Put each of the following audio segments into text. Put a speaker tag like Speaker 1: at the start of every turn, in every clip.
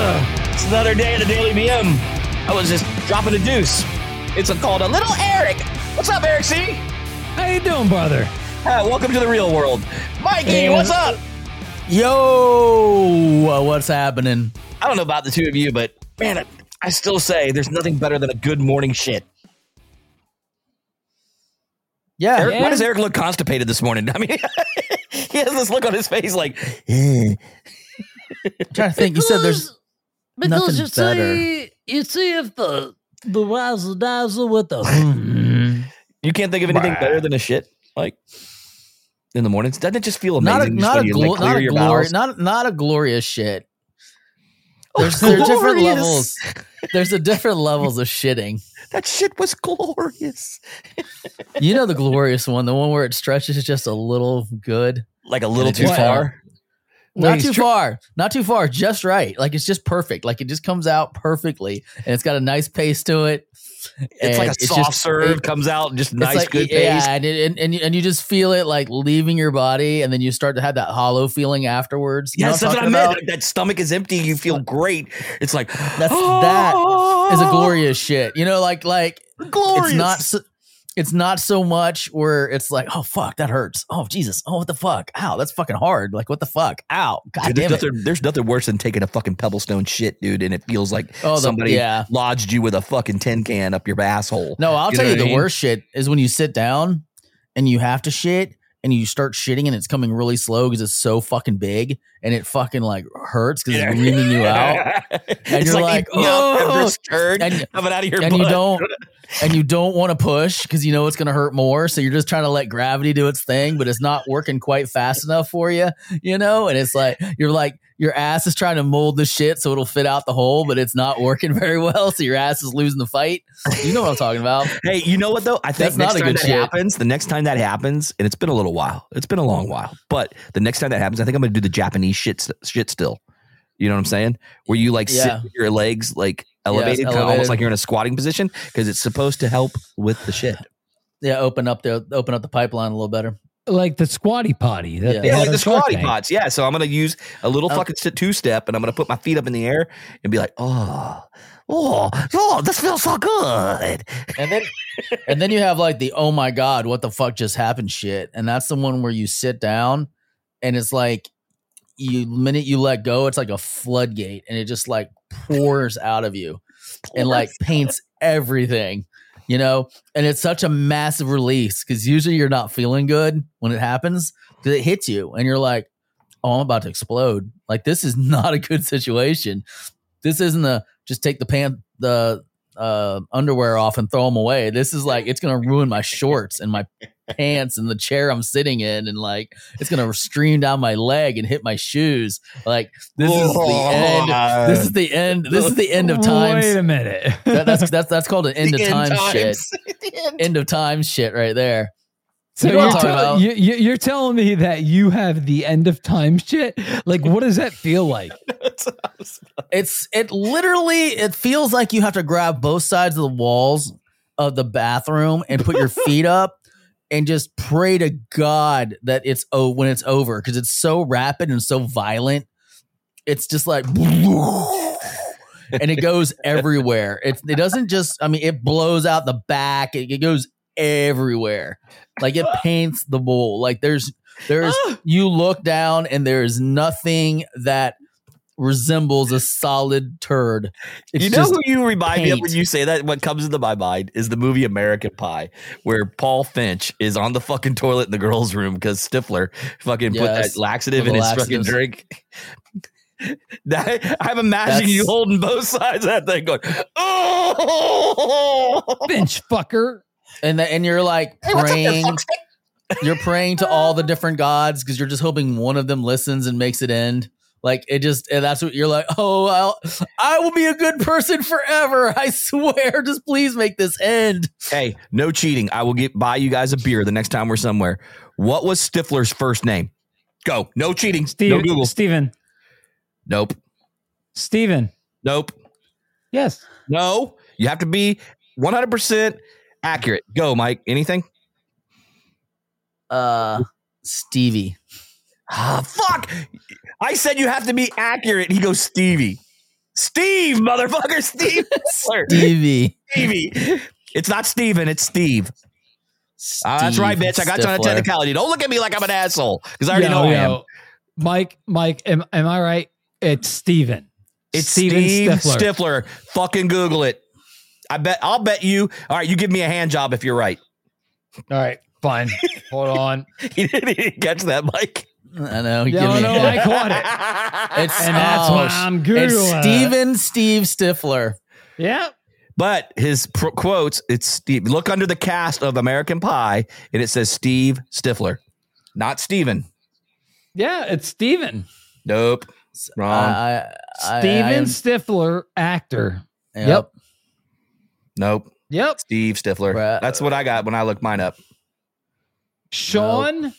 Speaker 1: just the other day at the Daily VM. I was just dropping a deuce. It's called a little Eric. What's up, Eric C?
Speaker 2: How you doing, brother?
Speaker 1: Uh, welcome to the real world. Mikey,
Speaker 2: Hey.
Speaker 1: what's up? uh,
Speaker 3: Yo, what's happening?
Speaker 1: I don't know about the two of you, but man, I- I still say there's nothing better than a good morning shit.
Speaker 3: Yeah,
Speaker 1: Eric, Why
Speaker 2: Yeah.
Speaker 1: does Eric look constipated this morning? I mean, he has this look on his face like, "Eh."
Speaker 3: I'm trying to think. You said there's nothing
Speaker 2: because you
Speaker 3: better.
Speaker 2: see, you see if the the razzle dazzle with the hmm.
Speaker 1: you can't think of anything
Speaker 2: Bah.
Speaker 1: better than a shit like in the mornings. Doesn't it just feel
Speaker 3: not a
Speaker 1: amazing? just
Speaker 3: not a,
Speaker 1: when you,
Speaker 3: glo-
Speaker 1: like, clear
Speaker 3: not a
Speaker 1: your
Speaker 3: glory
Speaker 1: bowels? Oh,
Speaker 3: not not a glorious shit. There's there are different
Speaker 1: Glorious.
Speaker 3: levels. There's a different levels of shitting.
Speaker 1: That shit was glorious.
Speaker 3: You know the glorious one, the one where it stretches just a little good,
Speaker 1: Like a little
Speaker 3: And it
Speaker 1: too
Speaker 3: just-
Speaker 1: far.
Speaker 3: not
Speaker 2: Wait,
Speaker 3: too
Speaker 2: stre-
Speaker 3: far, not too far, just right. Like it's just perfect. Like it just comes out perfectly, and it's got a nice pace to it.
Speaker 1: It's like
Speaker 3: and
Speaker 1: a
Speaker 3: it's
Speaker 1: soft
Speaker 3: just-
Speaker 1: serve,
Speaker 3: it-
Speaker 1: comes out just
Speaker 3: It's
Speaker 1: nice,
Speaker 3: like,
Speaker 1: good
Speaker 3: yeah,
Speaker 1: pace.
Speaker 3: and, it, and and you- and you just feel it like leaving your body, and then you start to have that hollow feeling afterwards. You know
Speaker 1: Yes,
Speaker 3: I'm
Speaker 1: that's what I
Speaker 3: talking
Speaker 1: meant.
Speaker 3: about?
Speaker 1: Like, that stomach is empty. You feel great. It's like "Ah,
Speaker 3: That's that is a glorious shit. You know, like like
Speaker 1: Glorious.
Speaker 3: it's not so, it's not so much where it's like oh fuck that hurts oh Jesus oh what the fuck ow that's fucking hard like what the fuck ow god
Speaker 1: Dude,
Speaker 3: damn
Speaker 1: there's,
Speaker 3: it
Speaker 1: nothing, there's nothing worse than taking a fucking pebblestone shit, dude, and it feels like
Speaker 3: oh the,
Speaker 1: somebody
Speaker 3: yeah
Speaker 1: lodged you with a fucking tin can up your asshole.
Speaker 3: no I'll
Speaker 1: You know
Speaker 3: tell you
Speaker 1: what I
Speaker 3: the
Speaker 1: mean?
Speaker 3: worst shit is when you sit down and you have to shit and you start shitting and it's coming really slow because it's so fucking big and it fucking like hurts because it's reaming you out
Speaker 1: and
Speaker 3: you're like,
Speaker 1: I'm
Speaker 3: "Oh."
Speaker 1: disturbed.
Speaker 3: and
Speaker 1: Have it out of your
Speaker 3: and
Speaker 1: butt.
Speaker 3: you don't and you don't want to push because you know it's going to hurt more so you're just trying to let gravity do its thing but it's not working quite fast enough for you you know and it's like you're like your ass is trying to mold the shit so it'll fit out the hole but it's not working very well so your ass is losing the fight you know what i'm talking about
Speaker 1: Hey, you know what though? I think
Speaker 3: That's
Speaker 1: next
Speaker 3: not a
Speaker 1: time
Speaker 3: good
Speaker 1: that
Speaker 3: shit.
Speaker 1: happens, the next time that happens, and it's been a little while, it's been a long while, but the next time that happens, I think I'm gonna do the Japanese shit st- shit still. You know what I'm saying? Where you like
Speaker 3: Yeah.
Speaker 1: sit with your legs like elevated, kinda almost
Speaker 3: elevated.
Speaker 1: like you're in a squatting position, because it's supposed to help with the shit.
Speaker 3: yeah open up the open up the pipeline a little better
Speaker 2: like the squatty potty. That
Speaker 3: Yeah.
Speaker 2: they
Speaker 1: Yeah,
Speaker 2: had
Speaker 1: like
Speaker 2: on
Speaker 1: the
Speaker 2: Shark
Speaker 1: squatty
Speaker 2: Tank.
Speaker 1: pots. Yeah, so I'm gonna use a little
Speaker 3: Okay.
Speaker 1: fucking two step, and I'm gonna put my feet up in the air and be like, oh, oh, oh, this feels so good.
Speaker 3: and then and then you have like the oh my god what the fuck just happened shit and that's the one where you sit down and it's like you minute you let go it's like a floodgate and it just like pours out of you and like paints everything you know and it's such a massive release because usually you're not feeling good when it happens because it hits you and you're like oh i'm about to explode like this is not a good situation this isn't a just take the pant the uh, underwear off and throw them away this is like it's gonna ruin my shorts and my pants and the chair i'm sitting in and like it's gonna stream down my leg and hit my shoes like this is the end this is the end this is the end of times
Speaker 2: Wait a minute.
Speaker 3: that, that's that's that's called an end of time shit.
Speaker 1: the end.
Speaker 3: End of time shit right there.
Speaker 2: so
Speaker 3: you know
Speaker 2: you're,
Speaker 3: what I'm talking
Speaker 2: tell-
Speaker 3: about.
Speaker 2: you, you, you're telling me that you have the end of time shit. Like, what does that feel like?
Speaker 1: uh,
Speaker 3: It's it literally it feels like you have to grab both sides of the walls of the bathroom and put your feet up and just pray to God that it's oh when it's over because it's so rapid and so violent. It's just like and it goes everywhere. It it doesn't just I mean it blows out the back. It, it goes everywhere. Like it paints the bowl. Like there's there's you look down and there is nothing that resembles a solid turd. It's
Speaker 1: you know
Speaker 3: just
Speaker 1: who you remind me of
Speaker 3: paint.
Speaker 1: when you say that? What comes into my mind is the movie American Pie, where Paul Finch is on the fucking toilet in the girls' room because Stifler fucking put that
Speaker 3: Yes,
Speaker 1: laxative
Speaker 3: with
Speaker 1: in
Speaker 3: the
Speaker 1: his fucking
Speaker 3: laxatives.
Speaker 1: drink. That- I'm imagining you
Speaker 3: That's-
Speaker 1: holding both sides of that thing, going, "Oh,
Speaker 2: Bench fucker.
Speaker 3: and the, and you're like praying. you're praying to all the different gods because you're just hoping one of them listens and makes it end. Like it just and that's what you're like. Oh, I'll, I will be a good person forever. I swear. Just please make this end.
Speaker 1: hey, no cheating. I will get buy you guys a beer the next time we're somewhere." What was Stifler's first name? Go. No cheating. no
Speaker 2: Steven.
Speaker 1: Google.
Speaker 2: Steven.
Speaker 1: Nope.
Speaker 2: Steven.
Speaker 1: Nope.
Speaker 2: Yes.
Speaker 1: No, you have to be 100% accurate. Go, Mike. Anything?
Speaker 3: Uh, Stevie.
Speaker 1: Ah, fuck. I said you have to be accurate. He goes, Stevie. Steve, motherfucker, Steve. Butler.
Speaker 3: Stevie.
Speaker 1: Stevie. It's not Steven, it's Steve. Ah, that's right,
Speaker 3: Steve
Speaker 1: bitch. I got you on a
Speaker 3: Stifler.
Speaker 1: technicality. Don't look at me like I'm an asshole because I already know I am.
Speaker 2: Mike, Mike, am, am I right? It's Steven.
Speaker 1: It's
Speaker 2: Steven
Speaker 1: Steve Stifler. Fucking Google it. I bet. I'll bet you. All right, you give me a hand job if you're right.
Speaker 2: All right, fine. Hold on.
Speaker 1: You didn't catch that, Mike.
Speaker 3: Oh, I know. give
Speaker 2: No,
Speaker 3: me-
Speaker 2: no, I caught it.
Speaker 3: It's-
Speaker 2: And that's
Speaker 3: Oh,
Speaker 2: why I'm good.
Speaker 3: It's Steven Steve Stifler.
Speaker 2: Yeah.
Speaker 1: but his pro- quotes. It's Steve. Look under the cast of American Pie, and it says Steve Stifler, not Steven.
Speaker 2: Yeah, it's Steven.
Speaker 1: Nope. Wrong.
Speaker 3: I- I- I- I
Speaker 2: Steven
Speaker 3: am-
Speaker 2: Stifler, actor.
Speaker 3: Yep.
Speaker 2: Yep.
Speaker 1: nope.
Speaker 2: Yep.
Speaker 1: Steve Stifler.
Speaker 3: Bruh.
Speaker 1: That's what I got when I looked mine up.
Speaker 2: Sean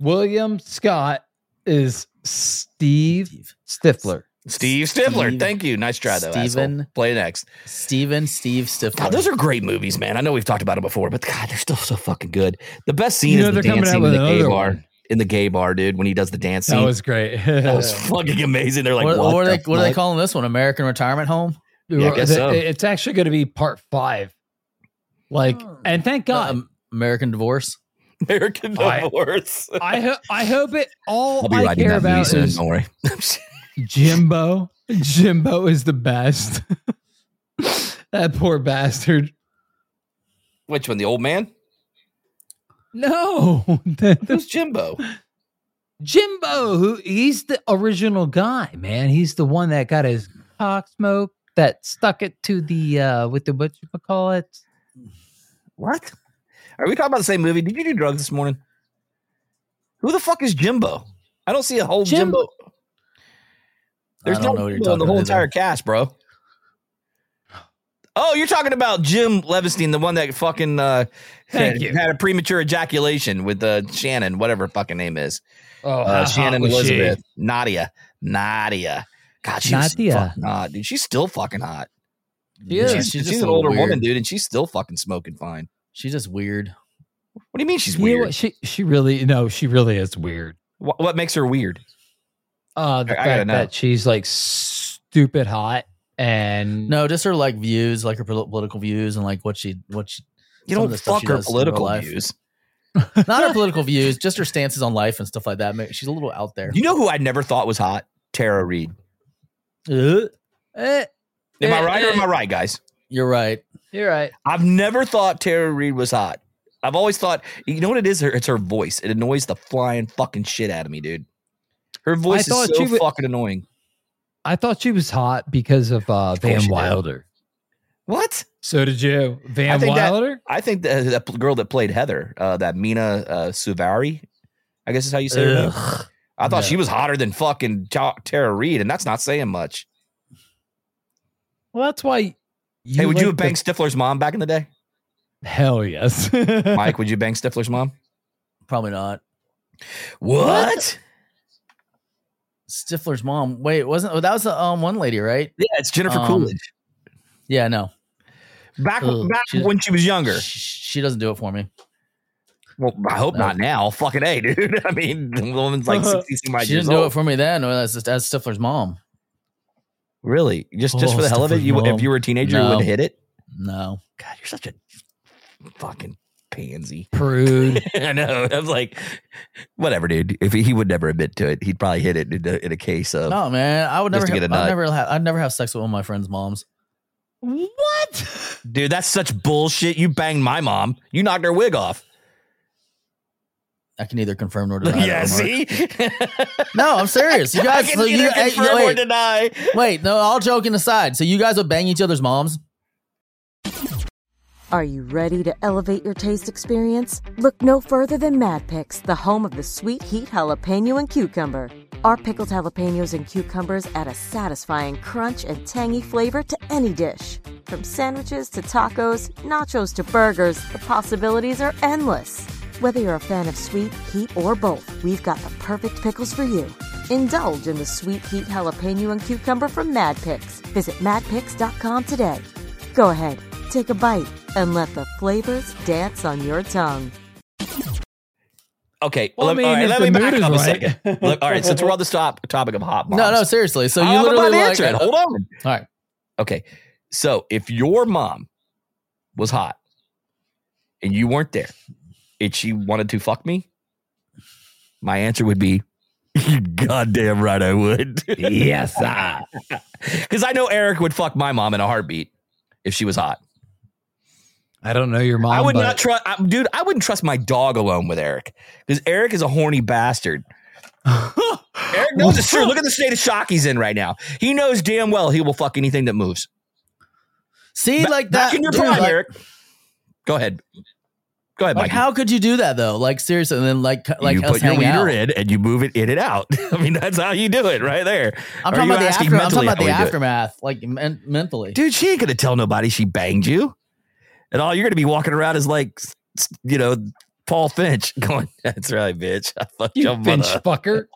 Speaker 2: William Scott is Steve
Speaker 3: Steve.
Speaker 2: Stifler.
Speaker 1: Steve Stifler.
Speaker 3: Steve-
Speaker 1: Thank you. Nice try, though.
Speaker 3: Steven-
Speaker 1: asshole. Play next.
Speaker 3: Steven Steve Stifler.
Speaker 1: God, those are great movies, man. I know we've talked about them before, but God, they're still so fucking good. The best scene
Speaker 2: You know
Speaker 1: is the
Speaker 2: they're coming
Speaker 1: dance
Speaker 2: out
Speaker 1: scene in
Speaker 2: with
Speaker 1: the gay
Speaker 2: another
Speaker 1: bar.
Speaker 2: one.
Speaker 1: In the gay bar, dude, when he does the dance scene,
Speaker 2: That was great.
Speaker 1: that was fucking amazing. They're like,
Speaker 3: what,
Speaker 1: what,
Speaker 3: what are
Speaker 1: the
Speaker 3: they? What are they
Speaker 1: fuck?
Speaker 3: calling this one? American Retirement Home.
Speaker 1: Yeah, I guess
Speaker 2: The-
Speaker 1: so.
Speaker 2: It's actually going to be part five. Like, and thank God.
Speaker 3: Um, American Divorce.
Speaker 1: American
Speaker 2: I-
Speaker 1: Divorce?
Speaker 2: I ho- I hope it.
Speaker 1: I'll
Speaker 2: All
Speaker 1: be
Speaker 2: I
Speaker 1: writing
Speaker 2: care
Speaker 1: that movie
Speaker 2: about
Speaker 1: soon.
Speaker 2: is
Speaker 1: Don't worry.
Speaker 2: Jimbo. Jimbo is the best. that poor bastard.
Speaker 1: Which one? The old man?
Speaker 2: No,
Speaker 1: Who's Jimbo?
Speaker 2: Jimbo. Who he's the original guy, man. He's the one that got his cock smoke that stuck it to the uh with the what you call it.
Speaker 1: What? Are we talking about the same movie? Did you do drugs this morning? Who the fuck is Jimbo? I don't see a whole
Speaker 2: Jim-
Speaker 1: Jimbo. There's
Speaker 3: I don't
Speaker 1: no
Speaker 3: know what
Speaker 1: Jimbo
Speaker 3: you're
Speaker 1: in
Speaker 3: talking
Speaker 1: the whole
Speaker 3: about.
Speaker 1: entire
Speaker 3: either.
Speaker 1: cast, bro. Oh, you're talking about Jim Levinstein, the one that fucking uh,
Speaker 2: Thank
Speaker 1: had,
Speaker 2: you.
Speaker 1: had a premature ejaculation with uh, Shannon, whatever her fucking name is.
Speaker 2: Oh,
Speaker 1: Uh, Shannon Elizabeth. Nadia. Nadia. God, she's
Speaker 2: Nadia.
Speaker 1: fucking hot, dude. She's still fucking hot.
Speaker 3: She is.
Speaker 1: she's
Speaker 3: She's
Speaker 1: she's
Speaker 3: just
Speaker 1: an
Speaker 3: a little
Speaker 1: older woman,
Speaker 3: weird.
Speaker 1: dude, and she's still fucking smoking fine.
Speaker 3: She's just weird.
Speaker 1: What do you mean she's
Speaker 2: You know
Speaker 1: weird?
Speaker 2: what? She she really no, she really is weird.
Speaker 1: What, what makes her weird?
Speaker 2: Uh,
Speaker 1: I-
Speaker 2: the
Speaker 1: I gotta
Speaker 2: fact
Speaker 1: know.
Speaker 2: that she's like stupid hot and
Speaker 3: No, just her like views, like her pol- political views, and like what she what she
Speaker 1: You
Speaker 3: Some of
Speaker 1: don't
Speaker 3: the stuff
Speaker 1: fuck
Speaker 3: she
Speaker 1: her
Speaker 3: does in
Speaker 1: political
Speaker 3: real life.
Speaker 1: views.
Speaker 3: not her political views, just her stances on life and stuff like that. Ma- She's a little out there.
Speaker 1: You know who I never thought was hot? Tara Reid.
Speaker 3: Uh, eh,
Speaker 1: Am I
Speaker 3: Eh,
Speaker 1: right or am
Speaker 3: eh.
Speaker 1: I right, guys?
Speaker 3: You're right.
Speaker 2: you're right.
Speaker 1: I've never thought Tara Reid was hot. I've always thought, you know what it is? Her- It's her voice. It annoys the flying fucking shit out of me, dude. Her voice is
Speaker 2: thought
Speaker 1: so
Speaker 2: she wa-
Speaker 1: fucking annoying.
Speaker 2: I thought she was hot because of uh,
Speaker 1: course
Speaker 2: Van
Speaker 1: you did.
Speaker 2: Wilder.
Speaker 1: What?
Speaker 2: So did you,
Speaker 1: I
Speaker 2: Van
Speaker 1: think that-
Speaker 2: Wilder?
Speaker 1: I think that, that girl that played Heather, uh, that Mina uh, Suvari, I guess is how you say her name.
Speaker 3: Ugh.
Speaker 1: I thought
Speaker 3: No.
Speaker 1: she was hotter than fucking Ta- Tara Reid, and that's not saying much.
Speaker 2: well, that's why. You
Speaker 1: hey, would you have
Speaker 2: like the-
Speaker 1: banged Stifler's mom back in the day?
Speaker 2: Hell yes.
Speaker 1: Mike, would you bang Stifler's mom?
Speaker 3: Probably not.
Speaker 1: What?
Speaker 3: Stifler's mom. Wait, wasn't oh, that was the um one lady, right?
Speaker 1: Yeah, it's Jennifer
Speaker 3: Um,
Speaker 1: Coolidge.
Speaker 3: Yeah, no.
Speaker 1: Back,
Speaker 3: ugh,
Speaker 1: back
Speaker 3: she's-
Speaker 1: when she was younger.
Speaker 3: Sh- She doesn't do it for me.
Speaker 1: Well, I hope not now. Fucking a, dude. I mean, the woman's like sixty some odd
Speaker 3: she
Speaker 1: years
Speaker 3: didn't do it
Speaker 1: old.
Speaker 3: for me then. Or that's just as Stifler's mom.
Speaker 1: really, just just
Speaker 3: Oh,
Speaker 1: for the hell of it,
Speaker 3: Stifler's
Speaker 1: you
Speaker 3: mom.
Speaker 1: if you were a teenager, you
Speaker 3: No.
Speaker 1: would hit it.
Speaker 3: No.
Speaker 1: God, you're such a fucking pansy.
Speaker 2: Prude.
Speaker 1: I know. I was like, whatever, dude. If he, he would never admit to it, he'd probably hit it in a, in a case of.
Speaker 3: No, man. I would
Speaker 1: Just
Speaker 3: never.
Speaker 1: to
Speaker 3: Have,
Speaker 1: get a nut.
Speaker 3: I'd never. Have, I'd never have sex with one of my friends' moms.
Speaker 2: what?
Speaker 1: Dude, that's such bullshit. You banged my mom. You knocked her wig off.
Speaker 3: I can neither confirm nor deny. that
Speaker 1: yeah,
Speaker 3: remark.
Speaker 1: see?
Speaker 3: No, I'm serious. You
Speaker 1: I
Speaker 3: guys.
Speaker 1: can
Speaker 3: so you,
Speaker 1: neither
Speaker 3: hey,
Speaker 1: confirm or
Speaker 3: wait,
Speaker 1: deny.
Speaker 3: wait. No, all joking aside. So you guys would bang each other's moms.
Speaker 4: Are you ready to elevate your taste experience? Look no further than Mad Picks, the home of the sweet heat jalapeno and cucumber. Our pickled jalapenos and cucumbers add a satisfying crunch and tangy flavor to any dish. From sandwiches to tacos, nachos to burgers, the possibilities are endless. Whether you're a fan of sweet, heat, or both, we've got the perfect pickles for you. Indulge in the sweet heat jalapeno and cucumber from Mad Picks. Visit madpicks.com today. Go ahead, take a bite, and let the flavors dance on your tongue.
Speaker 1: okay.
Speaker 2: Well, I
Speaker 1: let, me-
Speaker 2: mean,
Speaker 1: all right,
Speaker 2: if
Speaker 1: let
Speaker 2: the
Speaker 1: me back
Speaker 2: mood
Speaker 1: up a
Speaker 2: is right.
Speaker 1: second. Look, all right, since we're on the stop topic of hot moms.
Speaker 3: No, no, seriously. So you
Speaker 1: I'm about
Speaker 3: literally
Speaker 1: to
Speaker 3: like,
Speaker 1: answer it. Hold on.
Speaker 3: All right.
Speaker 1: Okay. So if your mom was hot and you weren't there and she wanted to fuck me, my answer would be, "You goddamn right I would.
Speaker 2: yes, ah.
Speaker 1: Because I know Eric would fuck my mom in a heartbeat if she was hot.
Speaker 2: I don't know your mom.
Speaker 1: I would
Speaker 2: but
Speaker 1: not trust, dude, I wouldn't trust my dog alone with Eric because Eric is a horny bastard. Eric knows it's true. Look at the state of shock he's in right now. He knows damn well he will fuck anything that moves.
Speaker 3: See, like that.
Speaker 1: Back in your
Speaker 3: dude,
Speaker 1: prime,
Speaker 3: like-
Speaker 1: Eric. Go ahead. Go ahead,
Speaker 3: Like,
Speaker 1: Mike.
Speaker 3: how could you do that though? Like, seriously, and then like, c- like
Speaker 1: you
Speaker 3: us
Speaker 1: put your
Speaker 3: hang
Speaker 1: wiener
Speaker 3: out.
Speaker 1: in and you move it in and out. I mean, that's how you do it right there.
Speaker 3: I'm
Speaker 1: Are
Speaker 3: talking
Speaker 1: you
Speaker 3: about the
Speaker 1: asking
Speaker 3: after, I'm
Speaker 1: mentally
Speaker 3: talking about
Speaker 1: how
Speaker 3: the
Speaker 1: we do it?
Speaker 3: aftermath, like men- mentally.
Speaker 1: Dude, she ain't going to tell nobody she banged you. And all you're going to be walking around is like, s- s- you know, Paul Finch going, that's right, bitch. I fucked
Speaker 2: you
Speaker 1: your
Speaker 2: bench
Speaker 1: mother.
Speaker 2: fucker.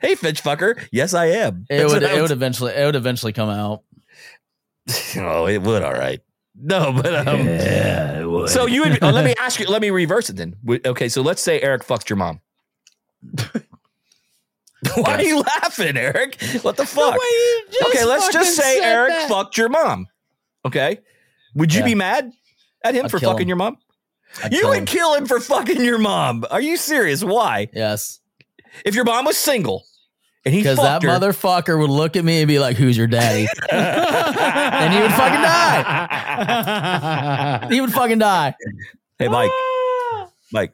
Speaker 1: Hey, Finch fucker. Yes, I am.
Speaker 3: it
Speaker 1: That's
Speaker 3: would,
Speaker 1: what I
Speaker 3: it
Speaker 1: was-
Speaker 3: would eventually, it would eventually come out.
Speaker 1: oh, it would. All right. No, but um,
Speaker 2: yeah,
Speaker 1: So you would, oh, let me ask you. Let me reverse it then. Would- Okay, so let's say Eric fucked your mom. Why are you laughing, Eric? What the fuck? okay, let's just say Eric fucked your mom. Okay, would you
Speaker 3: Yeah.
Speaker 1: be mad at him
Speaker 3: I'd
Speaker 1: for
Speaker 3: kill
Speaker 1: fucking
Speaker 3: him.
Speaker 1: your mom?
Speaker 3: I'd
Speaker 1: you
Speaker 3: kill
Speaker 1: would
Speaker 3: him.
Speaker 1: kill him for fucking your mom. Are you serious? Why?
Speaker 3: Yes,
Speaker 1: If your mom was single and he
Speaker 3: because
Speaker 1: fucked
Speaker 3: that
Speaker 1: her,
Speaker 3: motherfucker would look at me and be like, "Who's your daddy?" and he would fucking die. He would fucking die.
Speaker 1: hey Mike, Mike,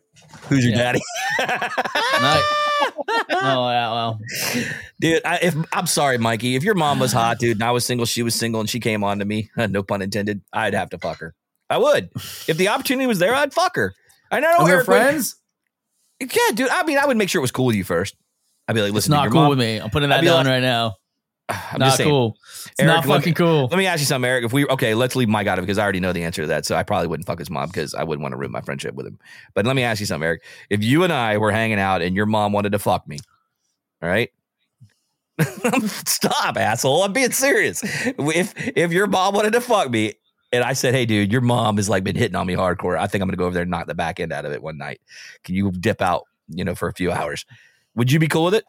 Speaker 1: who's your
Speaker 3: Yeah.
Speaker 1: daddy?
Speaker 3: And I- oh yeah, well,
Speaker 1: Dude, I, if, I'm sorry, Mikey. If your mom was hot, dude, and I was single, she was single, and she came on to me, no pun intended, I'd have to fuck her. I would. If the opportunity was there, I'd fuck her. I know
Speaker 3: and we're
Speaker 1: Eric would-
Speaker 3: friends.
Speaker 1: yeah, dude. I mean, I would make sure it was cool with you first. I'd be like,
Speaker 3: It's
Speaker 1: listen,
Speaker 3: not
Speaker 1: your
Speaker 3: cool
Speaker 1: mom-
Speaker 3: with me. I'm putting
Speaker 1: I'd
Speaker 3: that
Speaker 1: be
Speaker 3: down
Speaker 1: like-
Speaker 3: right now.
Speaker 1: I'm
Speaker 3: not
Speaker 1: just saying.
Speaker 3: cool. It's
Speaker 1: Eric, let
Speaker 3: not
Speaker 1: me-
Speaker 3: fucking cool.
Speaker 1: Let me ask you something, Eric. If we okay, let's leave Mike out of it because I already know the answer to that. So I probably wouldn't fuck his mom because I wouldn't want to ruin my friendship with him. But let me ask you something, Eric. If you and I were hanging out and your mom wanted to fuck me, all right? Stop, asshole. I'm being serious. If if your mom wanted to fuck me and I said, Hey dude, your mom has like been hitting on me hardcore. I think I'm gonna go over there and knock the back end out of it one night. Can you dip out, you know, for a few hours? Would you be cool with it?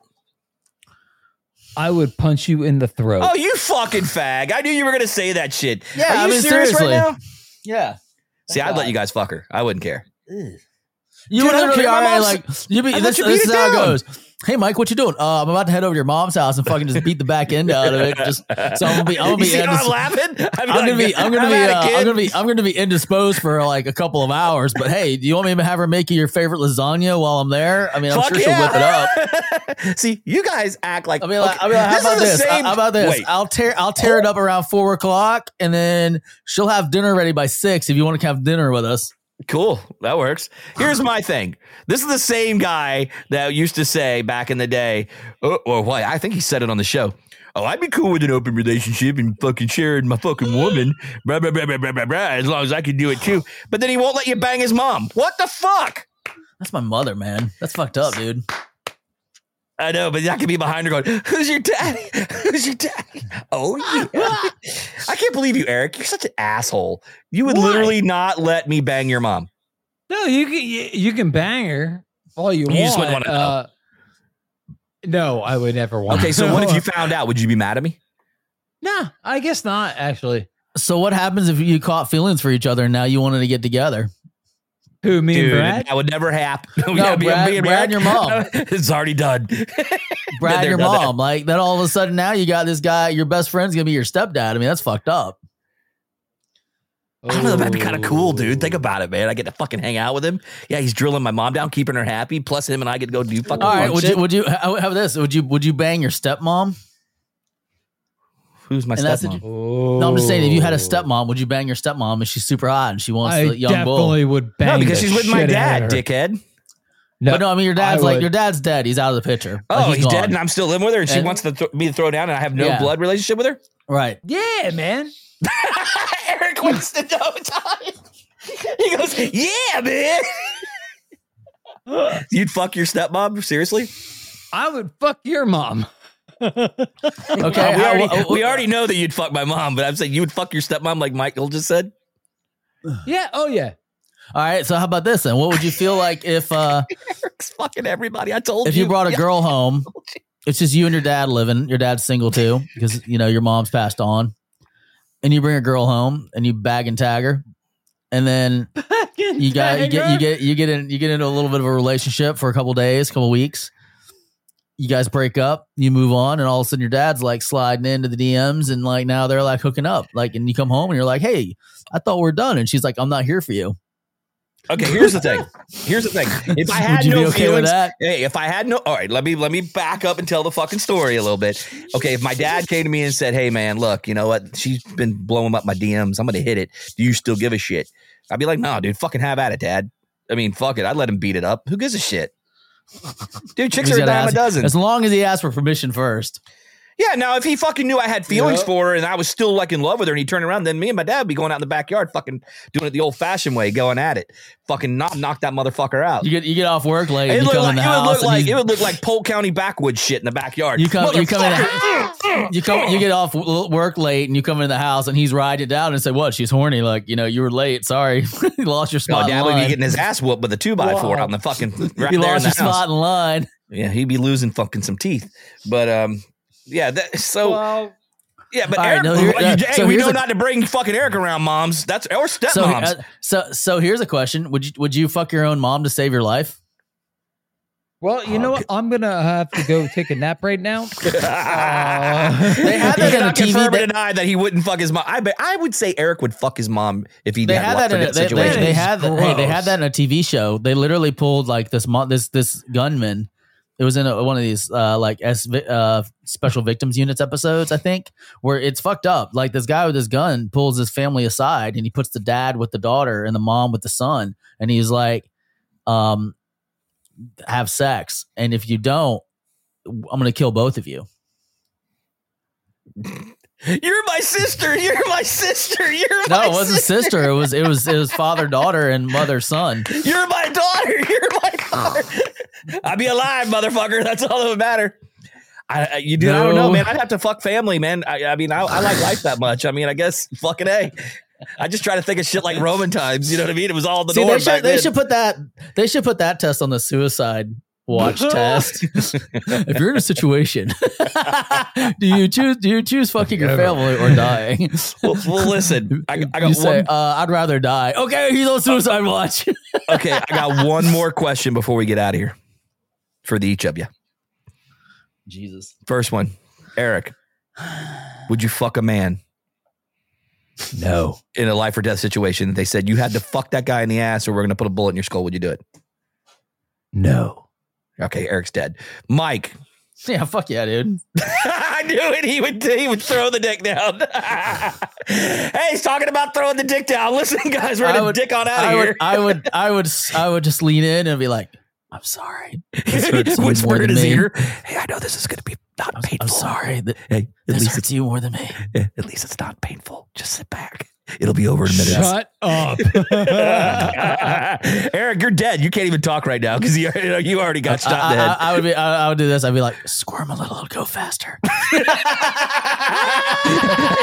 Speaker 2: I would punch you in the throat.
Speaker 1: Oh, you fucking fag. I knew you were gonna say that shit.
Speaker 3: Yeah,
Speaker 1: Are you
Speaker 3: I mean,
Speaker 1: serious
Speaker 3: seriously.
Speaker 1: right now?
Speaker 3: Yeah.
Speaker 1: See, I'd let you guys fuck her. I wouldn't care.
Speaker 3: You
Speaker 1: Dude,
Speaker 3: would
Speaker 1: I don't
Speaker 3: literally
Speaker 1: care. My
Speaker 3: all right, like
Speaker 1: mom's-
Speaker 3: you be,
Speaker 1: I let
Speaker 3: this,
Speaker 1: you beat
Speaker 3: this
Speaker 1: it
Speaker 3: is how it
Speaker 1: down.
Speaker 3: goes. Hey Mike, what you doing? Uh, I'm about to head over to your mom's house and fucking just beat the back end out of it. Just so I'm gonna be I'm gonna
Speaker 1: You
Speaker 3: be
Speaker 1: see how I'm
Speaker 3: indis-
Speaker 1: laughing. I'm,
Speaker 3: I'm gonna be I'm gonna be uh, I'm gonna
Speaker 1: be.
Speaker 3: be I'm gonna be indisposed for like a couple of hours. But hey, do you want me to have her make you your favorite lasagna while I'm there? I mean, I'm
Speaker 1: Fuck
Speaker 3: sure she'll whip it up.
Speaker 1: yeah. See, you guys act like.
Speaker 3: I mean, like,
Speaker 1: okay,
Speaker 3: I mean, how
Speaker 1: this
Speaker 3: about
Speaker 1: is the
Speaker 3: this?
Speaker 1: same-
Speaker 3: how about this?
Speaker 1: Wait, Oh.
Speaker 3: I'll tear I'll tear it up around four o'clock, and then she'll have dinner ready by six. If you want to have dinner with us,
Speaker 1: cool. That works. Here's my thing. This is the same guy that used to say back in the day, or, or what? I think he said it on the show. Oh, I'd be cool with an open relationship and fucking sharing my fucking woman, blah, blah, blah, blah, blah, blah, blah, as long as I can do it too. But then he won't let you bang his mom. What the fuck?
Speaker 3: that's my mother, man. That's fucked up, dude.
Speaker 1: I know, but I could be behind her going, "Who's your daddy? Who's your daddy?" Oh yeah, I can't believe you, Eric. You're such an asshole. You would
Speaker 2: Why?
Speaker 1: literally not let me bang your mom.
Speaker 2: No, you can you, you can bang her all you,
Speaker 1: You
Speaker 2: want.
Speaker 1: just wouldn't wanna know.
Speaker 2: uh, No, I would never want.
Speaker 1: Okay,
Speaker 2: to
Speaker 1: so what if
Speaker 2: know.
Speaker 1: you found out? Would you be mad at me?
Speaker 2: Nah, I guess not. Actually,
Speaker 3: So what happens if you caught feelings for each other and now you wanted to get together?
Speaker 2: who me
Speaker 1: Dude,
Speaker 2: and Brad?
Speaker 1: that would never happen. No,
Speaker 3: Brad- Brad and your mom.
Speaker 1: it's already done.
Speaker 3: Brad,
Speaker 1: They're
Speaker 3: your
Speaker 1: done that.
Speaker 3: mom, like then all of a sudden now you got this guy, your best friend's gonna be your stepdad. I mean, that's fucked up.
Speaker 1: I don't know. That'd be kind of cool, dude. Think
Speaker 2: Oh.
Speaker 1: about it, man. I get to fucking hang out with him. Yeah, he's drilling my mom down, keeping her happy. Plus, him and I get to go do fucking.
Speaker 3: All right,
Speaker 1: fun
Speaker 3: would
Speaker 1: shit.
Speaker 3: you would you how how about this? Would you would you bang your stepmom?
Speaker 1: Who's my
Speaker 3: And that's a-
Speaker 1: stepmom?
Speaker 2: Oh.
Speaker 3: No, I'm just saying if you had a stepmom, would you bang your stepmom if she's super hot and she wants
Speaker 2: I
Speaker 3: the young bull?
Speaker 2: definitely would bang.
Speaker 1: No, because
Speaker 2: the
Speaker 1: she's with my
Speaker 2: shit out of
Speaker 1: dad,
Speaker 2: her.
Speaker 1: dickhead.
Speaker 2: No,
Speaker 3: but no, I mean your dad's
Speaker 2: I
Speaker 3: like
Speaker 2: would.
Speaker 3: your dad's dead. He's out of the picture. Like,
Speaker 1: Oh, he's,
Speaker 3: gone.
Speaker 1: dead, and I'm still living with her, and she
Speaker 3: And-
Speaker 1: wants to th- me to throw down, and I have no
Speaker 3: Yeah.
Speaker 1: blood relationship with her.
Speaker 3: right.
Speaker 2: yeah, man.
Speaker 1: Eric wants to know Todd. He goes, "Yeah, man." You'd fuck your stepmom seriously?
Speaker 2: I would fuck your mom.
Speaker 3: Okay.
Speaker 1: Uh, we,
Speaker 3: how-
Speaker 1: already,
Speaker 3: uh,
Speaker 1: we already know that you'd fuck my mom, but I'm saying you would fuck your stepmom, like Michael just said.
Speaker 2: Yeah. Oh yeah.
Speaker 3: All right. So how about this then? What would you feel like if uh
Speaker 1: Eric's fucking everybody. I told
Speaker 3: if you brought a
Speaker 1: Yeah.
Speaker 3: girl home? It's just you and your dad living. Your dad's single too because you know your mom's passed on, and you bring a girl home and you bag and tag her, and then you got you get you get you get in you get into a little bit of a relationship for a couple days, couple weeks. You guys break up, you move on, and all of a sudden your dad's like sliding into the DMs, and like now they're like hooking up, like, and you come home and you're like, "Hey, I thought we are done," and she's like, "I'm not here for you."
Speaker 1: Okay, here's the thing. Here's the thing. If I had
Speaker 3: Would you
Speaker 1: no
Speaker 3: be okay with
Speaker 1: feelings,
Speaker 3: that?
Speaker 1: hey, if I had no, all right, let me let me back up and tell the fucking story a little bit. Okay, if my dad came to me and said, "Hey, man, look, you know what? She's been blowing up my DMs. I'm gonna hit it. Do you still give a shit?" I'd be like, "Nah, dude, fucking have at it, dad. I mean, fuck it. I'd let him beat it up. Who gives a shit?" Dude, chicks
Speaker 3: He's
Speaker 1: are a
Speaker 3: gotta
Speaker 1: dime a
Speaker 3: ask-
Speaker 1: dozen.
Speaker 3: As long as he asks for permission first.
Speaker 1: Yeah, now if he fucking knew I had feelings
Speaker 3: Yeah.
Speaker 1: for her and I was still like in love with her and he turned around, then me and my dad would be going out in the backyard fucking doing it the old fashioned way, going at it. Fucking knock knock that motherfucker out.
Speaker 3: You get you get off work
Speaker 1: It
Speaker 3: late. and You
Speaker 1: looked
Speaker 3: come
Speaker 1: like,
Speaker 3: in the
Speaker 1: it would
Speaker 3: house.
Speaker 1: look
Speaker 3: and
Speaker 1: like
Speaker 3: he's-
Speaker 1: it would look like Polk County backwoods shit in the backyard.
Speaker 3: You come, you come
Speaker 1: Motherfucker!
Speaker 3: in, you come, you get off w- work late, and you come into the house, and he's riding it down and say, "What? She's horny? Like you know, you were late. Sorry, you lost your
Speaker 1: Oh,
Speaker 3: spot.
Speaker 1: dad
Speaker 3: in
Speaker 1: would be
Speaker 3: line.
Speaker 1: getting his ass whooped with a two by four
Speaker 3: Wow.
Speaker 1: on the fucking right
Speaker 3: you
Speaker 1: there in
Speaker 3: lost
Speaker 1: the
Speaker 3: your
Speaker 1: house.
Speaker 3: spot in line.
Speaker 1: Yeah, he'd be losing fucking some teeth. But um, yeah, that, so
Speaker 2: Well,
Speaker 1: yeah, but
Speaker 3: all right,
Speaker 1: Eric,
Speaker 3: no, here-
Speaker 1: you-
Speaker 3: uh,
Speaker 1: hey,
Speaker 3: so
Speaker 1: we
Speaker 3: here's
Speaker 1: know
Speaker 3: a-
Speaker 1: not to bring fucking Eric around moms. That's or stepmoms.
Speaker 3: So, uh, so, so here's a question: Would you would you fuck your own mom to save your life?
Speaker 2: well, you know what? I'm gonna have to go take a nap right now.
Speaker 1: they had
Speaker 3: He
Speaker 1: that in
Speaker 3: cannot
Speaker 1: a TV
Speaker 3: confirm
Speaker 1: that,
Speaker 3: or
Speaker 1: deny that he wouldn't fuck his mom. I bet I would say Eric would fuck his mom if he
Speaker 3: They
Speaker 1: had,
Speaker 3: had
Speaker 1: luck
Speaker 3: that.
Speaker 1: for
Speaker 3: In a,
Speaker 1: that
Speaker 3: they, they,
Speaker 1: situation.
Speaker 3: they had that. Hey, they
Speaker 2: Gross.
Speaker 3: had that in a TV show. They literally pulled like this mo- this this gunman. It was in a, one of these uh, like S vi- uh, special victims units episodes, I think, where it's fucked up. Like this guy with his gun pulls his family aside and he puts the dad with the daughter and the mom with the son, and he's like, um, "Have sex, and if you don't, I'm gonna kill both of you."
Speaker 1: You're my sister. You're my sister. You're
Speaker 3: No,
Speaker 1: my
Speaker 3: it wasn't
Speaker 1: sister.
Speaker 3: sister. It was it was it was father daughter and mother son.
Speaker 1: You're my daughter. You're my daughter. I'd be alive, motherfucker. That's all that would matter. I, I- you do. I don't know,
Speaker 3: No.
Speaker 1: man. I'd have to fuck family, man. I, I mean, I, I like life that much. I mean, I guess fucking a. I just try to think of shit like Roman times. You know what I mean? It was all the
Speaker 3: See,
Speaker 1: norm
Speaker 3: they
Speaker 1: back
Speaker 3: should they
Speaker 1: then.
Speaker 3: should put that they should put that test on the suicide watch test. if you're in a situation, do you choose do you choose fucking your family or dying?
Speaker 1: well, well, listen. I, I got
Speaker 3: you
Speaker 1: one.
Speaker 3: say, uh, I'd rather die. Okay, he's on suicide watch.
Speaker 1: okay, I got one more question before we get out of here for the each of you.
Speaker 3: Jesus.
Speaker 1: First one, Eric. Would you fuck a man
Speaker 3: No.
Speaker 1: in a life or death situation? They said you had to fuck that guy in the ass, or we're going to put a bullet in your skull. Would you do it?
Speaker 3: No.
Speaker 1: Okay, Eric's dead. Mike,
Speaker 3: Yeah, fuck yeah, dude.
Speaker 1: I knew it. He would he would throw the dick down. hey, he's talking about throwing the dick down. Listen, guys, we're
Speaker 3: I
Speaker 1: gonna
Speaker 3: would-
Speaker 1: dick on out of
Speaker 3: I
Speaker 1: here.
Speaker 3: would, I would I would s- I would just lean in and be like, I'm sorry. This
Speaker 1: He
Speaker 3: hurts
Speaker 1: just
Speaker 3: you more
Speaker 1: whispered in
Speaker 3: than
Speaker 1: his
Speaker 3: me.
Speaker 1: ear. Hey, I know this is gonna be not
Speaker 3: I'm,
Speaker 1: painful.
Speaker 3: I'm sorry. That,
Speaker 1: Hey, at
Speaker 3: this
Speaker 1: least
Speaker 3: hurts you more than me.
Speaker 1: it's at least it's not painful. Just sit back. It'll be over in a minute.
Speaker 2: Shut up.
Speaker 1: Eric, you're dead. You can't even talk right now because you, you, know, you already got shot
Speaker 3: I,
Speaker 1: in the
Speaker 3: I,
Speaker 1: head.
Speaker 3: I would be. I, I would do this. I'd be like, squirm a little, it'll go faster.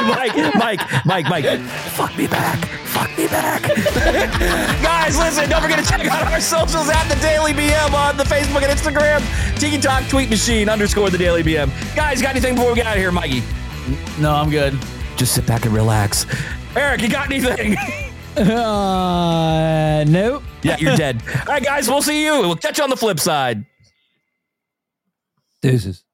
Speaker 1: Mike, Mike, Mike, Mike, fuck me back. Fuck me back. Guys, listen, don't forget to check out our socials at The Daily BM on the Facebook and Instagram. Tiki Talk Tweet Machine underscore The Daily BM. Guys, got anything before we get out of here, Mikey?
Speaker 3: No, I'm good.
Speaker 1: Just sit back and relax. Eric, you got anything?
Speaker 2: Uh, nope.
Speaker 1: yeah, you're dead. All right, guys, we'll see you. We'll catch you on the flip side.
Speaker 2: Deuces.